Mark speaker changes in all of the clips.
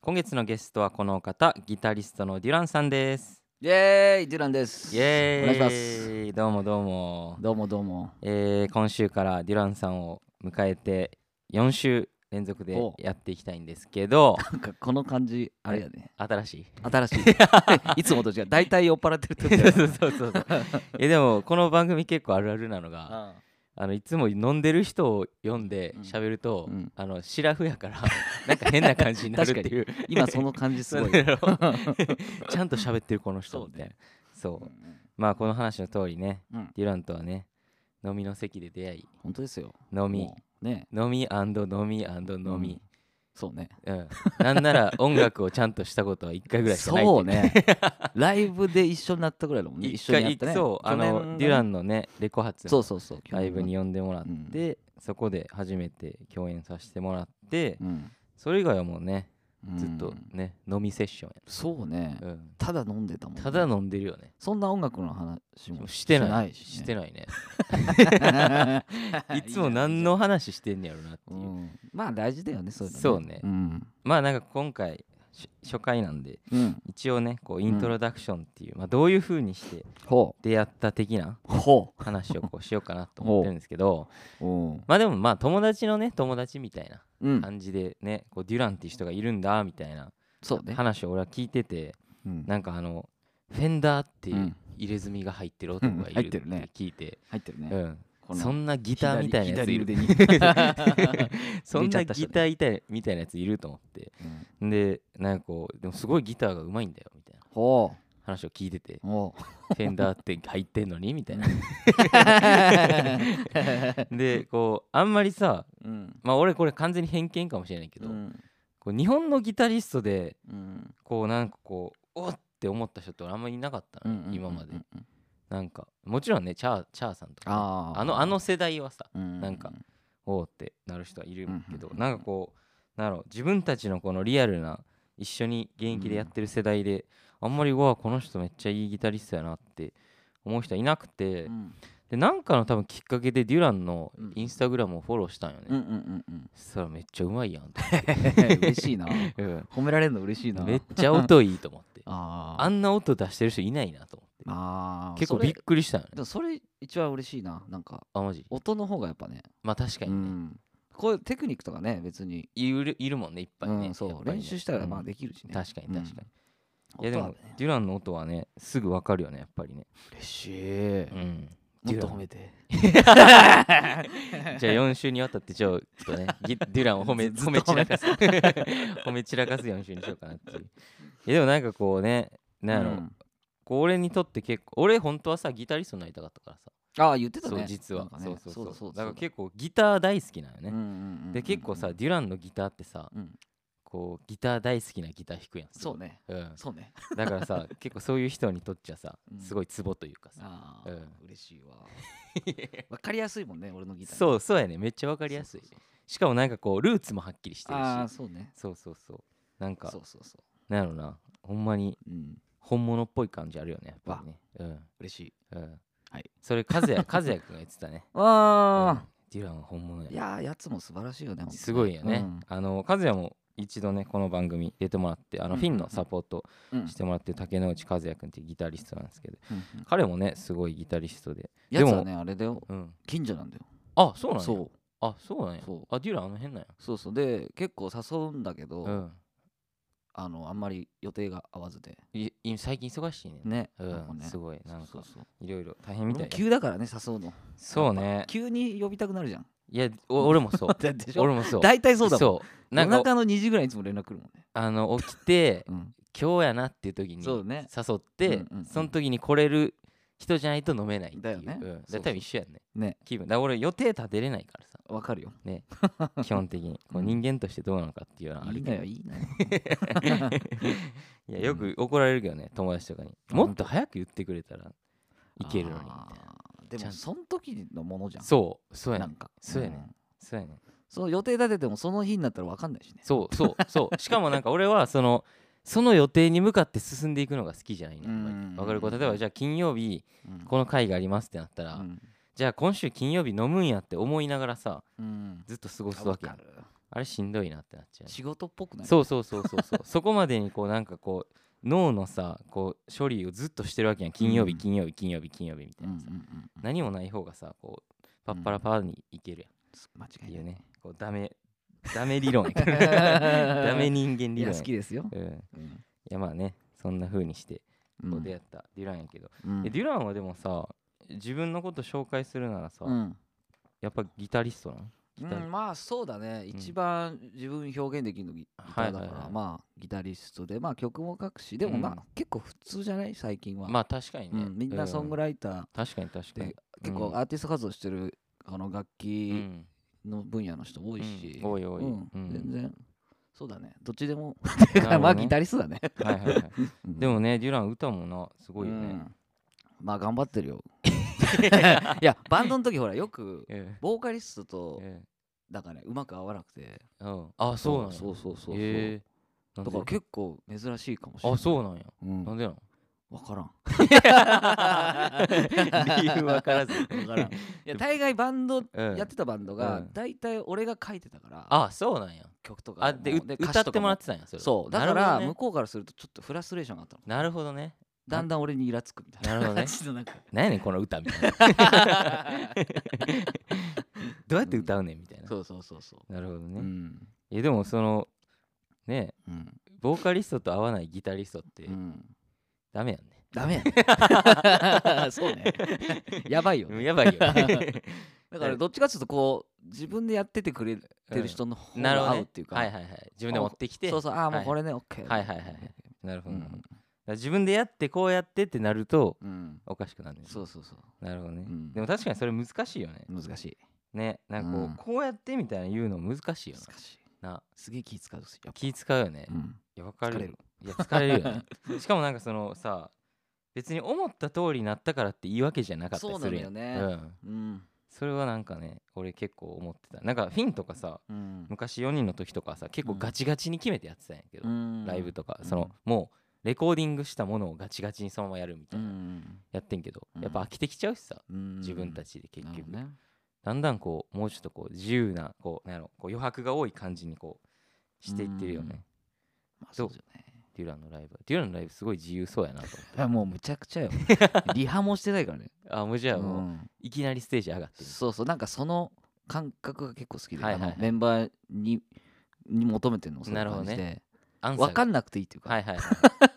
Speaker 1: 今月のゲストはこの方ギタリストのデュランさんです
Speaker 2: イエーイデュランです
Speaker 1: イエーイ
Speaker 2: お願いします
Speaker 1: どうもどうも、
Speaker 2: どうもどうも
Speaker 1: えー今週からデュランさんを迎えて4週連続で
Speaker 2: お
Speaker 1: やっていきたいんですけど
Speaker 2: なんかこの感じあれやね
Speaker 1: 新しい
Speaker 2: 新しいいつもと違う大体酔っ払ってる 時
Speaker 1: そう
Speaker 2: だ
Speaker 1: そうそうそうえでもこの番組結構あるあるなのが
Speaker 2: よ
Speaker 1: あのいつも飲んでる人を読んで
Speaker 2: うん
Speaker 1: 喋ると、
Speaker 2: うん
Speaker 1: あのシラフやからなんか変な感じになるっていう
Speaker 2: 今その感じす ごい
Speaker 1: そうだろちゃんと喋ってるこの人みたいなそう,、まあこの話の通りね
Speaker 2: うん
Speaker 1: ディランとはね飲みの席で出会い
Speaker 2: 本当ですよ
Speaker 1: 飲み
Speaker 2: もうね
Speaker 1: 飲み飲み飲み、
Speaker 2: そうね
Speaker 1: うんなんなら音楽をちゃんとしたことは1回ぐらいしかないってい
Speaker 2: そうねライブで一緒になったぐらいだもんね一
Speaker 1: 一
Speaker 2: 緒にや
Speaker 1: 回
Speaker 2: ったね
Speaker 1: そうあ
Speaker 2: 去年だ
Speaker 1: の
Speaker 2: ね
Speaker 1: デュランのねレコ発
Speaker 2: そ
Speaker 1: の
Speaker 2: うそうそう
Speaker 1: ライブに
Speaker 2: よ
Speaker 1: 呼んでもらって、そこで初めて共演させてもらって、それ以外はもうねずっとね、飲みセッション
Speaker 2: そうね
Speaker 1: や、うん、
Speaker 2: ただ飲んでたもんね
Speaker 1: ただ飲んでるよね
Speaker 2: そんな音楽の話も
Speaker 1: してない
Speaker 2: し
Speaker 1: して
Speaker 2: な
Speaker 1: ないね
Speaker 2: い
Speaker 1: いつも何の話してんねやろなっていう
Speaker 2: うんまあ大事だよねそういうの
Speaker 1: そうね
Speaker 2: うん
Speaker 1: まあなんか今回し初回なんで
Speaker 2: うん
Speaker 1: 一応ねこうイントロダクションっていう、まあ、どういう風にして
Speaker 2: ほ
Speaker 1: 出会った的な
Speaker 2: うほ
Speaker 1: 話をこうしようかなと思ってるんですけど
Speaker 2: ううん
Speaker 1: まあでもまあ友達のね友達みたいな
Speaker 2: うん
Speaker 1: 感じでねこうデュランっていう人がいるんだみたいな
Speaker 2: そうね
Speaker 1: 話を俺は聞いてて
Speaker 2: うん
Speaker 1: なんかあのフェンダーっていう
Speaker 2: うん
Speaker 1: 入れ墨が入ってる男がいる
Speaker 2: うん入
Speaker 1: っ
Speaker 2: っててるね
Speaker 1: 聞いて、
Speaker 2: 入ってる
Speaker 1: う
Speaker 2: ね
Speaker 1: ん、
Speaker 2: この
Speaker 1: そんなギターみたいなやついる
Speaker 2: 左左
Speaker 1: そん
Speaker 2: 入れちゃ
Speaker 1: な
Speaker 2: った人
Speaker 1: ギターみたいみたいなやついると思って
Speaker 2: うん
Speaker 1: でなんかこうでもすごいギターがうまいんだよみたいな
Speaker 2: ほ
Speaker 1: 話を聞いてて
Speaker 2: う ほ
Speaker 1: フェンダーって入ってんのにみたいなでこうあんまりさ
Speaker 2: ううん
Speaker 1: まあ俺これ完全に偏見かもしれないけど、
Speaker 2: うん
Speaker 1: こう日本のギタリストで
Speaker 2: うん
Speaker 1: こうなんかこうおっって思った人って俺あんまりいなかった
Speaker 2: うんう
Speaker 1: のね、
Speaker 2: んうんうん
Speaker 1: 今までなんかもちろんねチャーチャーさんとかね、
Speaker 2: あー
Speaker 1: あのあの世代はさ
Speaker 2: うん
Speaker 1: なんかおーってなる人はいるけど、
Speaker 2: うんうんうんうん
Speaker 1: なんかこうなんだろう自分たちのこのリアルな一緒に現役でやってる世代で、あんまりうわこの人めっちゃいいギタリストやなって思う人いなくて、
Speaker 2: うん
Speaker 1: でなんかの多分きっかけでデュランの
Speaker 2: うん
Speaker 1: インスタグラムをフォローしたんよね、
Speaker 2: うんうんうん
Speaker 1: そしたらめっちゃうまいやんと
Speaker 2: うん嬉しいな
Speaker 1: 思って、
Speaker 2: 褒められるの嬉しいな
Speaker 1: めっちゃ音いいと思って
Speaker 2: あー
Speaker 1: あんな音出してる人いないなと思って
Speaker 2: あー
Speaker 1: 結構
Speaker 2: それ
Speaker 1: びっくりしたよ
Speaker 2: で
Speaker 1: ね
Speaker 2: もそれ一番嬉しいななんか
Speaker 1: あマジ
Speaker 2: 音の方がやっぱね
Speaker 1: まあ確か
Speaker 2: う
Speaker 1: にね、
Speaker 2: んこういうテクニックとかね別に
Speaker 1: いるいるもんねいっぱいね,、
Speaker 2: うん
Speaker 1: やっ
Speaker 2: そ
Speaker 1: ぱ
Speaker 2: う
Speaker 1: りね
Speaker 2: 練習したら
Speaker 1: う
Speaker 2: まあ
Speaker 1: ん
Speaker 2: できるしね
Speaker 1: 確かに確かに、い
Speaker 2: 音
Speaker 1: やで
Speaker 2: は
Speaker 1: も、
Speaker 2: ね
Speaker 1: デュランの音はねすぐわかるよねやっぱりね、
Speaker 2: 嬉しい
Speaker 1: うん、
Speaker 2: もっ
Speaker 1: デュ
Speaker 2: と
Speaker 1: ラン
Speaker 2: 褒めて
Speaker 1: じゃあ4週にわたってちょっとねギデュランを褒め
Speaker 2: ず
Speaker 1: 褒め散らかす 褒め散らかす4週にしようかなっていういやでもなんかこうねなんやろ、
Speaker 2: うん
Speaker 1: こう俺にとって結構俺本当はさギタリストになりたかったからさ、
Speaker 2: ああ言ってた
Speaker 1: そう
Speaker 2: ね
Speaker 1: 実は、
Speaker 2: なんか
Speaker 1: そ
Speaker 2: ね
Speaker 1: うそうそう
Speaker 2: だそう
Speaker 1: だから
Speaker 2: 結
Speaker 1: 結構ギター大好きなのね、
Speaker 2: 構
Speaker 1: で結構さデュランのギターってさ
Speaker 2: うん
Speaker 1: こうギター大好きなギター弾くやん
Speaker 2: そうね
Speaker 1: うん、
Speaker 2: そうね
Speaker 1: だからさ結構そういう人にとっちゃさ
Speaker 2: うん
Speaker 1: すごいツボというかさ、
Speaker 2: ああ
Speaker 1: うん
Speaker 2: 嬉しいわわかりやすいもんね俺のギター
Speaker 1: そううそうやねめっちゃわかりやすいしかもなんかこうルーツもはっきりしてる
Speaker 2: ああ
Speaker 1: し
Speaker 2: そうね
Speaker 1: そうそうそうなんか
Speaker 2: そうそうそ
Speaker 1: なんやろなほんまに
Speaker 2: ううん
Speaker 1: 本物っぽい感じあるよねやっぱりね
Speaker 2: 嬉しい
Speaker 1: うんうん
Speaker 2: はい
Speaker 1: それ和也 和也君が言ってたね、うん
Speaker 2: あ
Speaker 1: デュランは本物
Speaker 2: あ
Speaker 1: や
Speaker 2: いやーやつも素晴らしいよねほんとね
Speaker 1: すごいよね、
Speaker 2: うん
Speaker 1: あの和也も一度ねこの番組出てもらってあの
Speaker 2: うん
Speaker 1: フィンのサポート
Speaker 2: うん
Speaker 1: してもらってる竹之内和也君っていうギタリストなんですけど
Speaker 2: うんうん
Speaker 1: 彼もねすごいギタリストで、
Speaker 2: やつはねあれだよ
Speaker 1: うん、
Speaker 2: 近所なんだよ
Speaker 1: あそうなんや
Speaker 2: そう
Speaker 1: あそうなんや
Speaker 2: そう
Speaker 1: あデュランあの辺なんや
Speaker 2: そうそうで結構誘うんだけど、
Speaker 1: うん
Speaker 2: あのあんまり予定が合わずで
Speaker 1: い今最近忙しいね
Speaker 2: ね,、
Speaker 1: う
Speaker 2: なんか
Speaker 1: ん
Speaker 2: ね
Speaker 1: すごいなん
Speaker 2: そ
Speaker 1: か
Speaker 2: うそう
Speaker 1: いろいろ大変みたい
Speaker 2: 俺も
Speaker 1: だ
Speaker 2: 急だからね誘うの
Speaker 1: そうね
Speaker 2: 急に呼びたくなるじゃ ん
Speaker 1: いやお俺もそう
Speaker 2: でしょ
Speaker 1: 俺もそう
Speaker 2: 大体そうだもん
Speaker 1: そうなん
Speaker 2: 夜
Speaker 1: か
Speaker 2: 中の2時ぐらいにいつも連絡来るもんね、
Speaker 1: あの起きて
Speaker 2: うん、
Speaker 1: 今日やなっていう時に
Speaker 2: そ
Speaker 1: 誘
Speaker 2: うね
Speaker 1: って
Speaker 2: うんうんうん
Speaker 1: その時に来れる人じゃないと飲めないって
Speaker 2: だ
Speaker 1: い
Speaker 2: よ
Speaker 1: う
Speaker 2: ね
Speaker 1: うん
Speaker 2: そうそう
Speaker 1: 多分一緒やんね
Speaker 2: ね
Speaker 1: 気分だから俺予定立てれないからさ
Speaker 2: わかるよ
Speaker 1: 基本的にこう
Speaker 2: うん
Speaker 1: 人間としてどうなのかっていうのはあ
Speaker 2: いい
Speaker 1: る
Speaker 2: な
Speaker 1: け
Speaker 2: よ
Speaker 1: ど
Speaker 2: いい なよ
Speaker 1: いやよく怒られるけどね友達とかに
Speaker 2: あ
Speaker 1: もっと早く言ってくれたらいけるのにみ
Speaker 2: あ
Speaker 1: たいな
Speaker 2: ーで
Speaker 1: ちゃん
Speaker 2: も
Speaker 1: と
Speaker 2: その時のものじゃん
Speaker 1: そうそうやね
Speaker 2: なん
Speaker 1: ん
Speaker 2: か
Speaker 1: そうやね
Speaker 2: ん
Speaker 1: そうやねん
Speaker 2: その予定立ててもその日になったらわかんないしね
Speaker 1: そうそう そうしかもなんか俺はそのその予定に向かって進んでいくのが好きじゃないのやっぱり
Speaker 2: うん
Speaker 1: わかるこう例えばじゃあ金曜日
Speaker 2: うん
Speaker 1: この会がありますってなったら、
Speaker 2: うん
Speaker 1: じゃあ今週金曜日飲むんやって思いながらさ
Speaker 2: うん
Speaker 1: ずっと過ごすわけやん
Speaker 2: る
Speaker 1: あれしんどいなってなっちゃうね
Speaker 2: 仕事っぽくない
Speaker 1: そうそうそうそう そうそこまでにこうなんかこう脳のさこう処理をずっとしてるわけやん金曜
Speaker 2: う
Speaker 1: 日
Speaker 2: ん
Speaker 1: 金曜日金曜日金曜日みた
Speaker 2: う
Speaker 1: い
Speaker 2: んう
Speaker 1: なんさ、
Speaker 2: うんうん
Speaker 1: 何もない方がさこうパッパラパーにいけるやん
Speaker 2: 間違
Speaker 1: っ
Speaker 2: い
Speaker 1: て
Speaker 2: ないいう
Speaker 1: ねこうダメダメ理論やから ダメ人間
Speaker 2: い
Speaker 1: 理
Speaker 2: や
Speaker 1: 論
Speaker 2: 好
Speaker 1: や
Speaker 2: きですよ、
Speaker 1: うん、い
Speaker 2: うん
Speaker 1: やまあねそんな風にして
Speaker 2: うん
Speaker 1: こう出会ったデュランやけど、
Speaker 2: うん
Speaker 1: えデュランはでもさ自分のこと紹介するならさ、
Speaker 2: うん
Speaker 1: やっぱギタリストなの
Speaker 2: う
Speaker 1: ギタリ
Speaker 2: ん、まあそうだね、
Speaker 1: ん
Speaker 2: 一番自分表現できるのギギタ
Speaker 1: はい
Speaker 2: ーだ
Speaker 1: は
Speaker 2: か
Speaker 1: い
Speaker 2: ら、
Speaker 1: はい
Speaker 2: まあギタリストでまあ曲も書くしでもまあ、
Speaker 1: うん
Speaker 2: 結構普通じゃない最近は、
Speaker 1: まあ確かに
Speaker 2: う
Speaker 1: ね、
Speaker 2: ん、みんなソング
Speaker 1: らい
Speaker 2: ライター
Speaker 1: 確かに確かに
Speaker 2: で、結構アーティスト活動してるこの
Speaker 1: う
Speaker 2: 楽器
Speaker 1: ん、
Speaker 2: の分野の人多いし、
Speaker 1: うん多い多い
Speaker 2: うん
Speaker 1: うん
Speaker 2: 全然そうだねどっちでも
Speaker 1: なるほどね
Speaker 2: まあギタリストだね
Speaker 1: はいはいはいで
Speaker 2: も
Speaker 1: もね、デュラン歌もな、すごいよ
Speaker 2: う
Speaker 1: ね。
Speaker 2: んまあ頑張ってるよ いやバンドの時ほらよく
Speaker 1: え
Speaker 2: ボーカリストと
Speaker 1: え
Speaker 2: だからねうまく合わなくて
Speaker 1: えうんあ、そうなんや。
Speaker 2: そうそうそうそう、
Speaker 1: ええ
Speaker 2: だから
Speaker 1: なんで
Speaker 2: 結構珍しいかもしれない
Speaker 1: あ、そうなんや。
Speaker 2: うん、
Speaker 1: なんでなの
Speaker 2: 分からん
Speaker 1: 理由わからず
Speaker 2: 分からんいや大概バンド
Speaker 1: うん
Speaker 2: やってたバンドが
Speaker 1: うん
Speaker 2: 大体俺が書いてたから、
Speaker 1: あ、そうなんや。
Speaker 2: 曲とか
Speaker 1: あ、で、
Speaker 2: も
Speaker 1: う歌ってもらってたんや、そ
Speaker 2: た
Speaker 1: れ。
Speaker 2: そうだ
Speaker 1: な
Speaker 2: か
Speaker 1: るほど
Speaker 2: ら
Speaker 1: ね
Speaker 2: 向こうからするとちょっとフラストレーションがあったの
Speaker 1: なるほどね。
Speaker 2: だんだん俺にイラつくみたいな
Speaker 1: なるほどね
Speaker 2: 感じの なんか
Speaker 1: なんやねん、この歌み たいな。どうやって歌うねんみたいな。
Speaker 2: そうそうそうそ
Speaker 1: なるほど
Speaker 2: う、
Speaker 1: ね。
Speaker 2: ん
Speaker 1: え、でも、その、ね、
Speaker 2: うん
Speaker 1: ボーカリストと合わないギタリストって
Speaker 2: うん
Speaker 1: ダメやんね。
Speaker 2: ダメ やねそうね やばいよ
Speaker 1: うん
Speaker 2: ね
Speaker 1: やばいよ。
Speaker 2: だからどっちかっていうとこう自分でやっててくれ てる人の方
Speaker 1: なるほ
Speaker 2: が
Speaker 1: ど
Speaker 2: 合
Speaker 1: ね
Speaker 2: うっていう。か、
Speaker 1: はいはいはい。自分で持ってきて。
Speaker 2: そうそうああも
Speaker 1: は
Speaker 2: う
Speaker 1: い
Speaker 2: これね、オッケー
Speaker 1: はいはいはいはい。なるほ
Speaker 2: う
Speaker 1: どなるほど。
Speaker 2: ん、
Speaker 1: だから自分でやってこうやってってなると
Speaker 2: うん、
Speaker 1: おかしくなるね
Speaker 2: そうそうそう
Speaker 1: なるほどね、
Speaker 2: うん
Speaker 1: でも確かにそれ難しいよね
Speaker 2: 難しい
Speaker 1: ねなんかこう,、
Speaker 2: うん
Speaker 1: こうやってみたいな言うの難しいよ
Speaker 2: 難しい
Speaker 1: なな
Speaker 2: すげえ気使うしやっぱ
Speaker 1: 気使うよね、
Speaker 2: う
Speaker 1: い
Speaker 2: ん、
Speaker 1: やわかる
Speaker 2: 疲れる
Speaker 1: いや疲れるよ ねしかもなんかそのさ別に思った通りになったからって言い訳じゃなかったりするやん
Speaker 2: そうなんだよ
Speaker 1: うん、
Speaker 2: うん
Speaker 1: それはなんかね俺結構思ってたなんかフィンとかさ
Speaker 2: うん
Speaker 1: 昔4人の時とかさ結構
Speaker 2: うん
Speaker 1: ガチガチに決めてやってたんやけど、
Speaker 2: うん
Speaker 1: ライブとか、
Speaker 2: うん
Speaker 1: そのもうレコーディングしたものをガチガチにそのままやるみた
Speaker 2: う
Speaker 1: いな、
Speaker 2: ん
Speaker 1: やってんけど、
Speaker 2: うん
Speaker 1: やっぱ飽きてきちゃうしさ、
Speaker 2: うん
Speaker 1: 自分たちで結
Speaker 2: なる
Speaker 1: 局、
Speaker 2: ほどね
Speaker 1: だんだんこうもうちょっとこう自由なこうなんやろこう余白が多い感じにこうしていってるよね、
Speaker 2: まあそうですよね
Speaker 1: デュランのライブはデュランのライブすごい自由そうやなと思っ
Speaker 2: いやもうむちゃくち ゃよリハもしてないからね、
Speaker 1: たあもうじゃあ
Speaker 2: う
Speaker 1: もうんいきなりステージ上がってる
Speaker 2: そうそうなんかその感覚が結構好きで、
Speaker 1: はいはいはい
Speaker 2: あのメンバーにに求めてるのそういう
Speaker 1: なるほどね
Speaker 2: 感じで、
Speaker 1: アンサーが
Speaker 2: 分かんなくていいっていうか、
Speaker 1: はいはい、は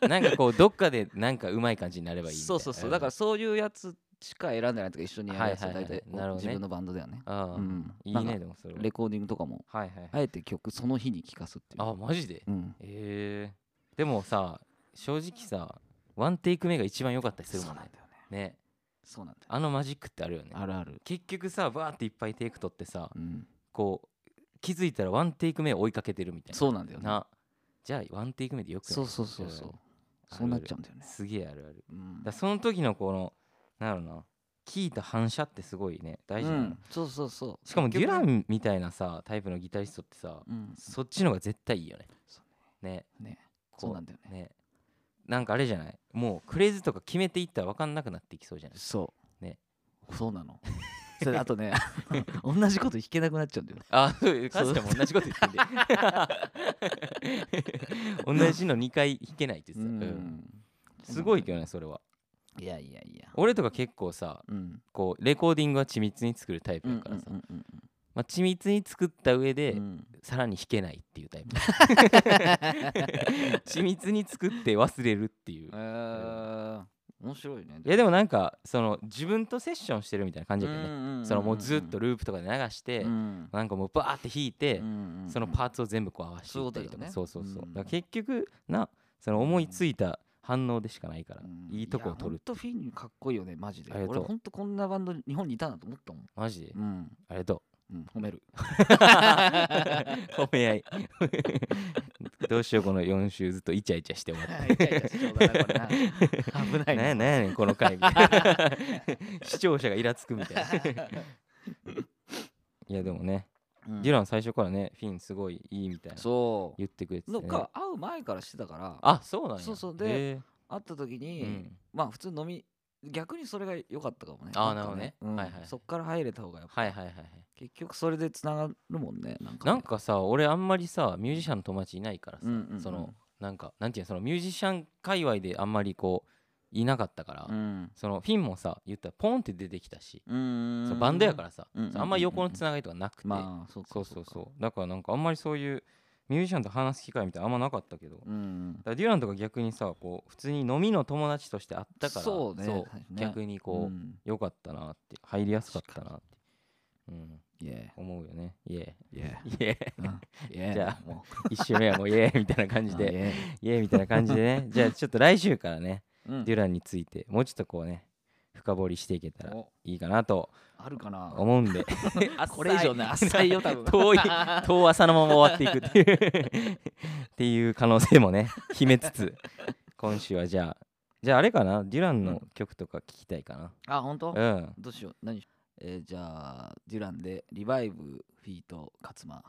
Speaker 1: い、なんかこうどっかでなんかうまい感じになればいいみたいな
Speaker 2: そうそうそうだからそういうやつしか選んでないとか一緒にやるやつ
Speaker 1: は
Speaker 2: はい
Speaker 1: はい
Speaker 2: 大
Speaker 1: はい
Speaker 2: 体
Speaker 1: なるほどね
Speaker 2: 自分のバンドだよね、
Speaker 1: ああ、
Speaker 2: うん、
Speaker 1: い
Speaker 2: ないんか
Speaker 1: ねでもそれは
Speaker 2: レコーディングとかも
Speaker 1: はいはい、
Speaker 2: あえて曲その日に聴かすっていう
Speaker 1: あマジで
Speaker 2: うん
Speaker 1: えー、でもさ正直さワンテイク目が一番良かったりする
Speaker 2: そ
Speaker 1: も
Speaker 2: うなん
Speaker 1: ん
Speaker 2: だ
Speaker 1: ね
Speaker 2: よね
Speaker 1: ね
Speaker 2: そうなんだよ
Speaker 1: あのマジックってあるよね
Speaker 2: あるある
Speaker 1: 結局さバーっていっぱいテイク取ってさ
Speaker 2: うん
Speaker 1: こう気づいたらワンテイク目を追いかけてるみたいな
Speaker 2: そうなんだよね
Speaker 1: なじゃあワンテイク目でよくない
Speaker 2: そうそうそうそう
Speaker 1: うん
Speaker 2: そうなっちゃうんだよね
Speaker 1: すげえあるある
Speaker 2: うん
Speaker 1: だからその時のこのなんだろうな聞いた反射ってすごいね大事
Speaker 2: う
Speaker 1: なの、
Speaker 2: んそうそうそう
Speaker 1: しかもデュラ
Speaker 2: 結
Speaker 1: ンみたいなさタイプのギタリストってさ
Speaker 2: 局うん
Speaker 1: そっちの方が絶対いいよね
Speaker 2: そ
Speaker 1: ね
Speaker 2: ね
Speaker 1: こ
Speaker 2: そうなんだよね
Speaker 1: ねなんかあれじゃないもうクレーズとか決めていったら分かんなくなっていきそうじゃない
Speaker 2: そう
Speaker 1: ね
Speaker 2: そうな のそれあとね 同じこと弾けなくなっちゃうんだよ
Speaker 1: あそう
Speaker 2: そ
Speaker 1: カ
Speaker 2: う
Speaker 1: ズも同じこと言って んで同じの2回弾けないって言ってた、うんすごいけどねそれはい
Speaker 2: やいやいや
Speaker 1: 俺とか結構さ
Speaker 2: うん
Speaker 1: こうレコーディングは緻密に作るタイプ
Speaker 2: う
Speaker 1: だ
Speaker 2: ん
Speaker 1: か
Speaker 2: う
Speaker 1: ら
Speaker 2: ん
Speaker 1: さ、
Speaker 2: うんうん
Speaker 1: まあ、緻密に作った上で、
Speaker 2: うん
Speaker 1: さらに弾けないっていうタイ プ緻密に作って忘れるっていう
Speaker 2: えー面白いね
Speaker 1: いやでもなんかその自分とセッションしてるみたいな感じだよね、そのもうずっと
Speaker 2: ル
Speaker 1: ループとかで流して、
Speaker 2: ー
Speaker 1: なんかもうバーって弾いて、そのパーツを全部こう合わせていったりとか
Speaker 2: そ
Speaker 1: そう
Speaker 2: いううこ
Speaker 1: そ
Speaker 2: と
Speaker 1: うそう
Speaker 2: だよねうん
Speaker 1: だから結局なその思いついた反応でしかないから、いいとこを取る
Speaker 2: とフィンかっこいいよねマジで
Speaker 1: ありがと
Speaker 2: 俺
Speaker 1: う
Speaker 2: ほんとこんなバンド日本にいたなと思ったもん
Speaker 1: マジで
Speaker 2: うん
Speaker 1: ありが と
Speaker 2: うん褒める
Speaker 1: う褒め合い どうしようこの4週ずっとイチャイチャして終わっ
Speaker 2: イチャイチャしちゃうだなこれな
Speaker 1: た
Speaker 2: 危な
Speaker 1: 何や
Speaker 2: いな
Speaker 1: なんやねんこの 回みたいな視聴者がイラつくみたい ないやでもね、
Speaker 2: うん
Speaker 1: デュラン最初からねフィンすごいいいみたいな
Speaker 2: そう
Speaker 1: 言ってくれてた、
Speaker 2: の
Speaker 1: ね、
Speaker 2: か会う前からしてたから
Speaker 1: あそうなんや
Speaker 2: そうそう
Speaker 1: へ
Speaker 2: で会った時
Speaker 1: え
Speaker 2: に
Speaker 1: うん
Speaker 2: まあ普通飲み逆にそれが良かったかもね
Speaker 1: あー
Speaker 2: んか
Speaker 1: なるほどね
Speaker 2: うん
Speaker 1: はいはいはい
Speaker 2: そっから入れた方がやっぱ
Speaker 1: はいはいはいはい
Speaker 2: 結局それでつながるもんねなんかね
Speaker 1: なんかさ俺あんまりさミュージシャンの友達いないからさ、
Speaker 2: うんうんうん
Speaker 1: そのなんかなんていうのそのミュージシャン界隈であんまりこういなかったから、
Speaker 2: うん
Speaker 1: そのフィンもさ言ったらポンって出てきたし、
Speaker 2: うーん
Speaker 1: そのバンドやからさ、
Speaker 2: うんうんうんうん
Speaker 1: そうあんまり横のつながりとかなくて、
Speaker 2: まあそうか
Speaker 1: そうそうそうだからなんかあんまりそういうミュージシャンと話す機会みたいなのあんまなかったけど、だか
Speaker 2: うん
Speaker 1: らデュランとか逆にさこう普通に飲みの友達としてあったから
Speaker 2: そうね確かにね
Speaker 1: 逆にこう、
Speaker 2: ん
Speaker 1: 良かったなって入りやすかったなって、うん、
Speaker 2: イエ
Speaker 1: 思うよねイエ
Speaker 2: ーイ
Speaker 1: ーイ
Speaker 2: エ
Speaker 1: エー
Speaker 2: ーうんイ エー
Speaker 1: じゃ
Speaker 2: も
Speaker 1: 一周目はもうイエーイみたいな感
Speaker 2: う
Speaker 1: じ
Speaker 2: うんイ
Speaker 1: で
Speaker 2: エ
Speaker 1: イエーイみたいな感じでね じゃあちょっと来週からね
Speaker 2: ーうん
Speaker 1: デュランについてもうちょっとこうね深掘りしていけたら
Speaker 2: お
Speaker 1: いいかなと
Speaker 2: あるかな
Speaker 1: 思うんで
Speaker 2: これ以上ね浅いよ 多分
Speaker 1: 遠い遠浅のまま終わっていくっていう っていう可能性もね秘めつ つ今週はじゃあじゃああれかなデュランの曲とか聞きたいか
Speaker 2: あ本当
Speaker 1: なうん
Speaker 2: どうしよう何しえーじゃあデュランでリバイブフィート勝間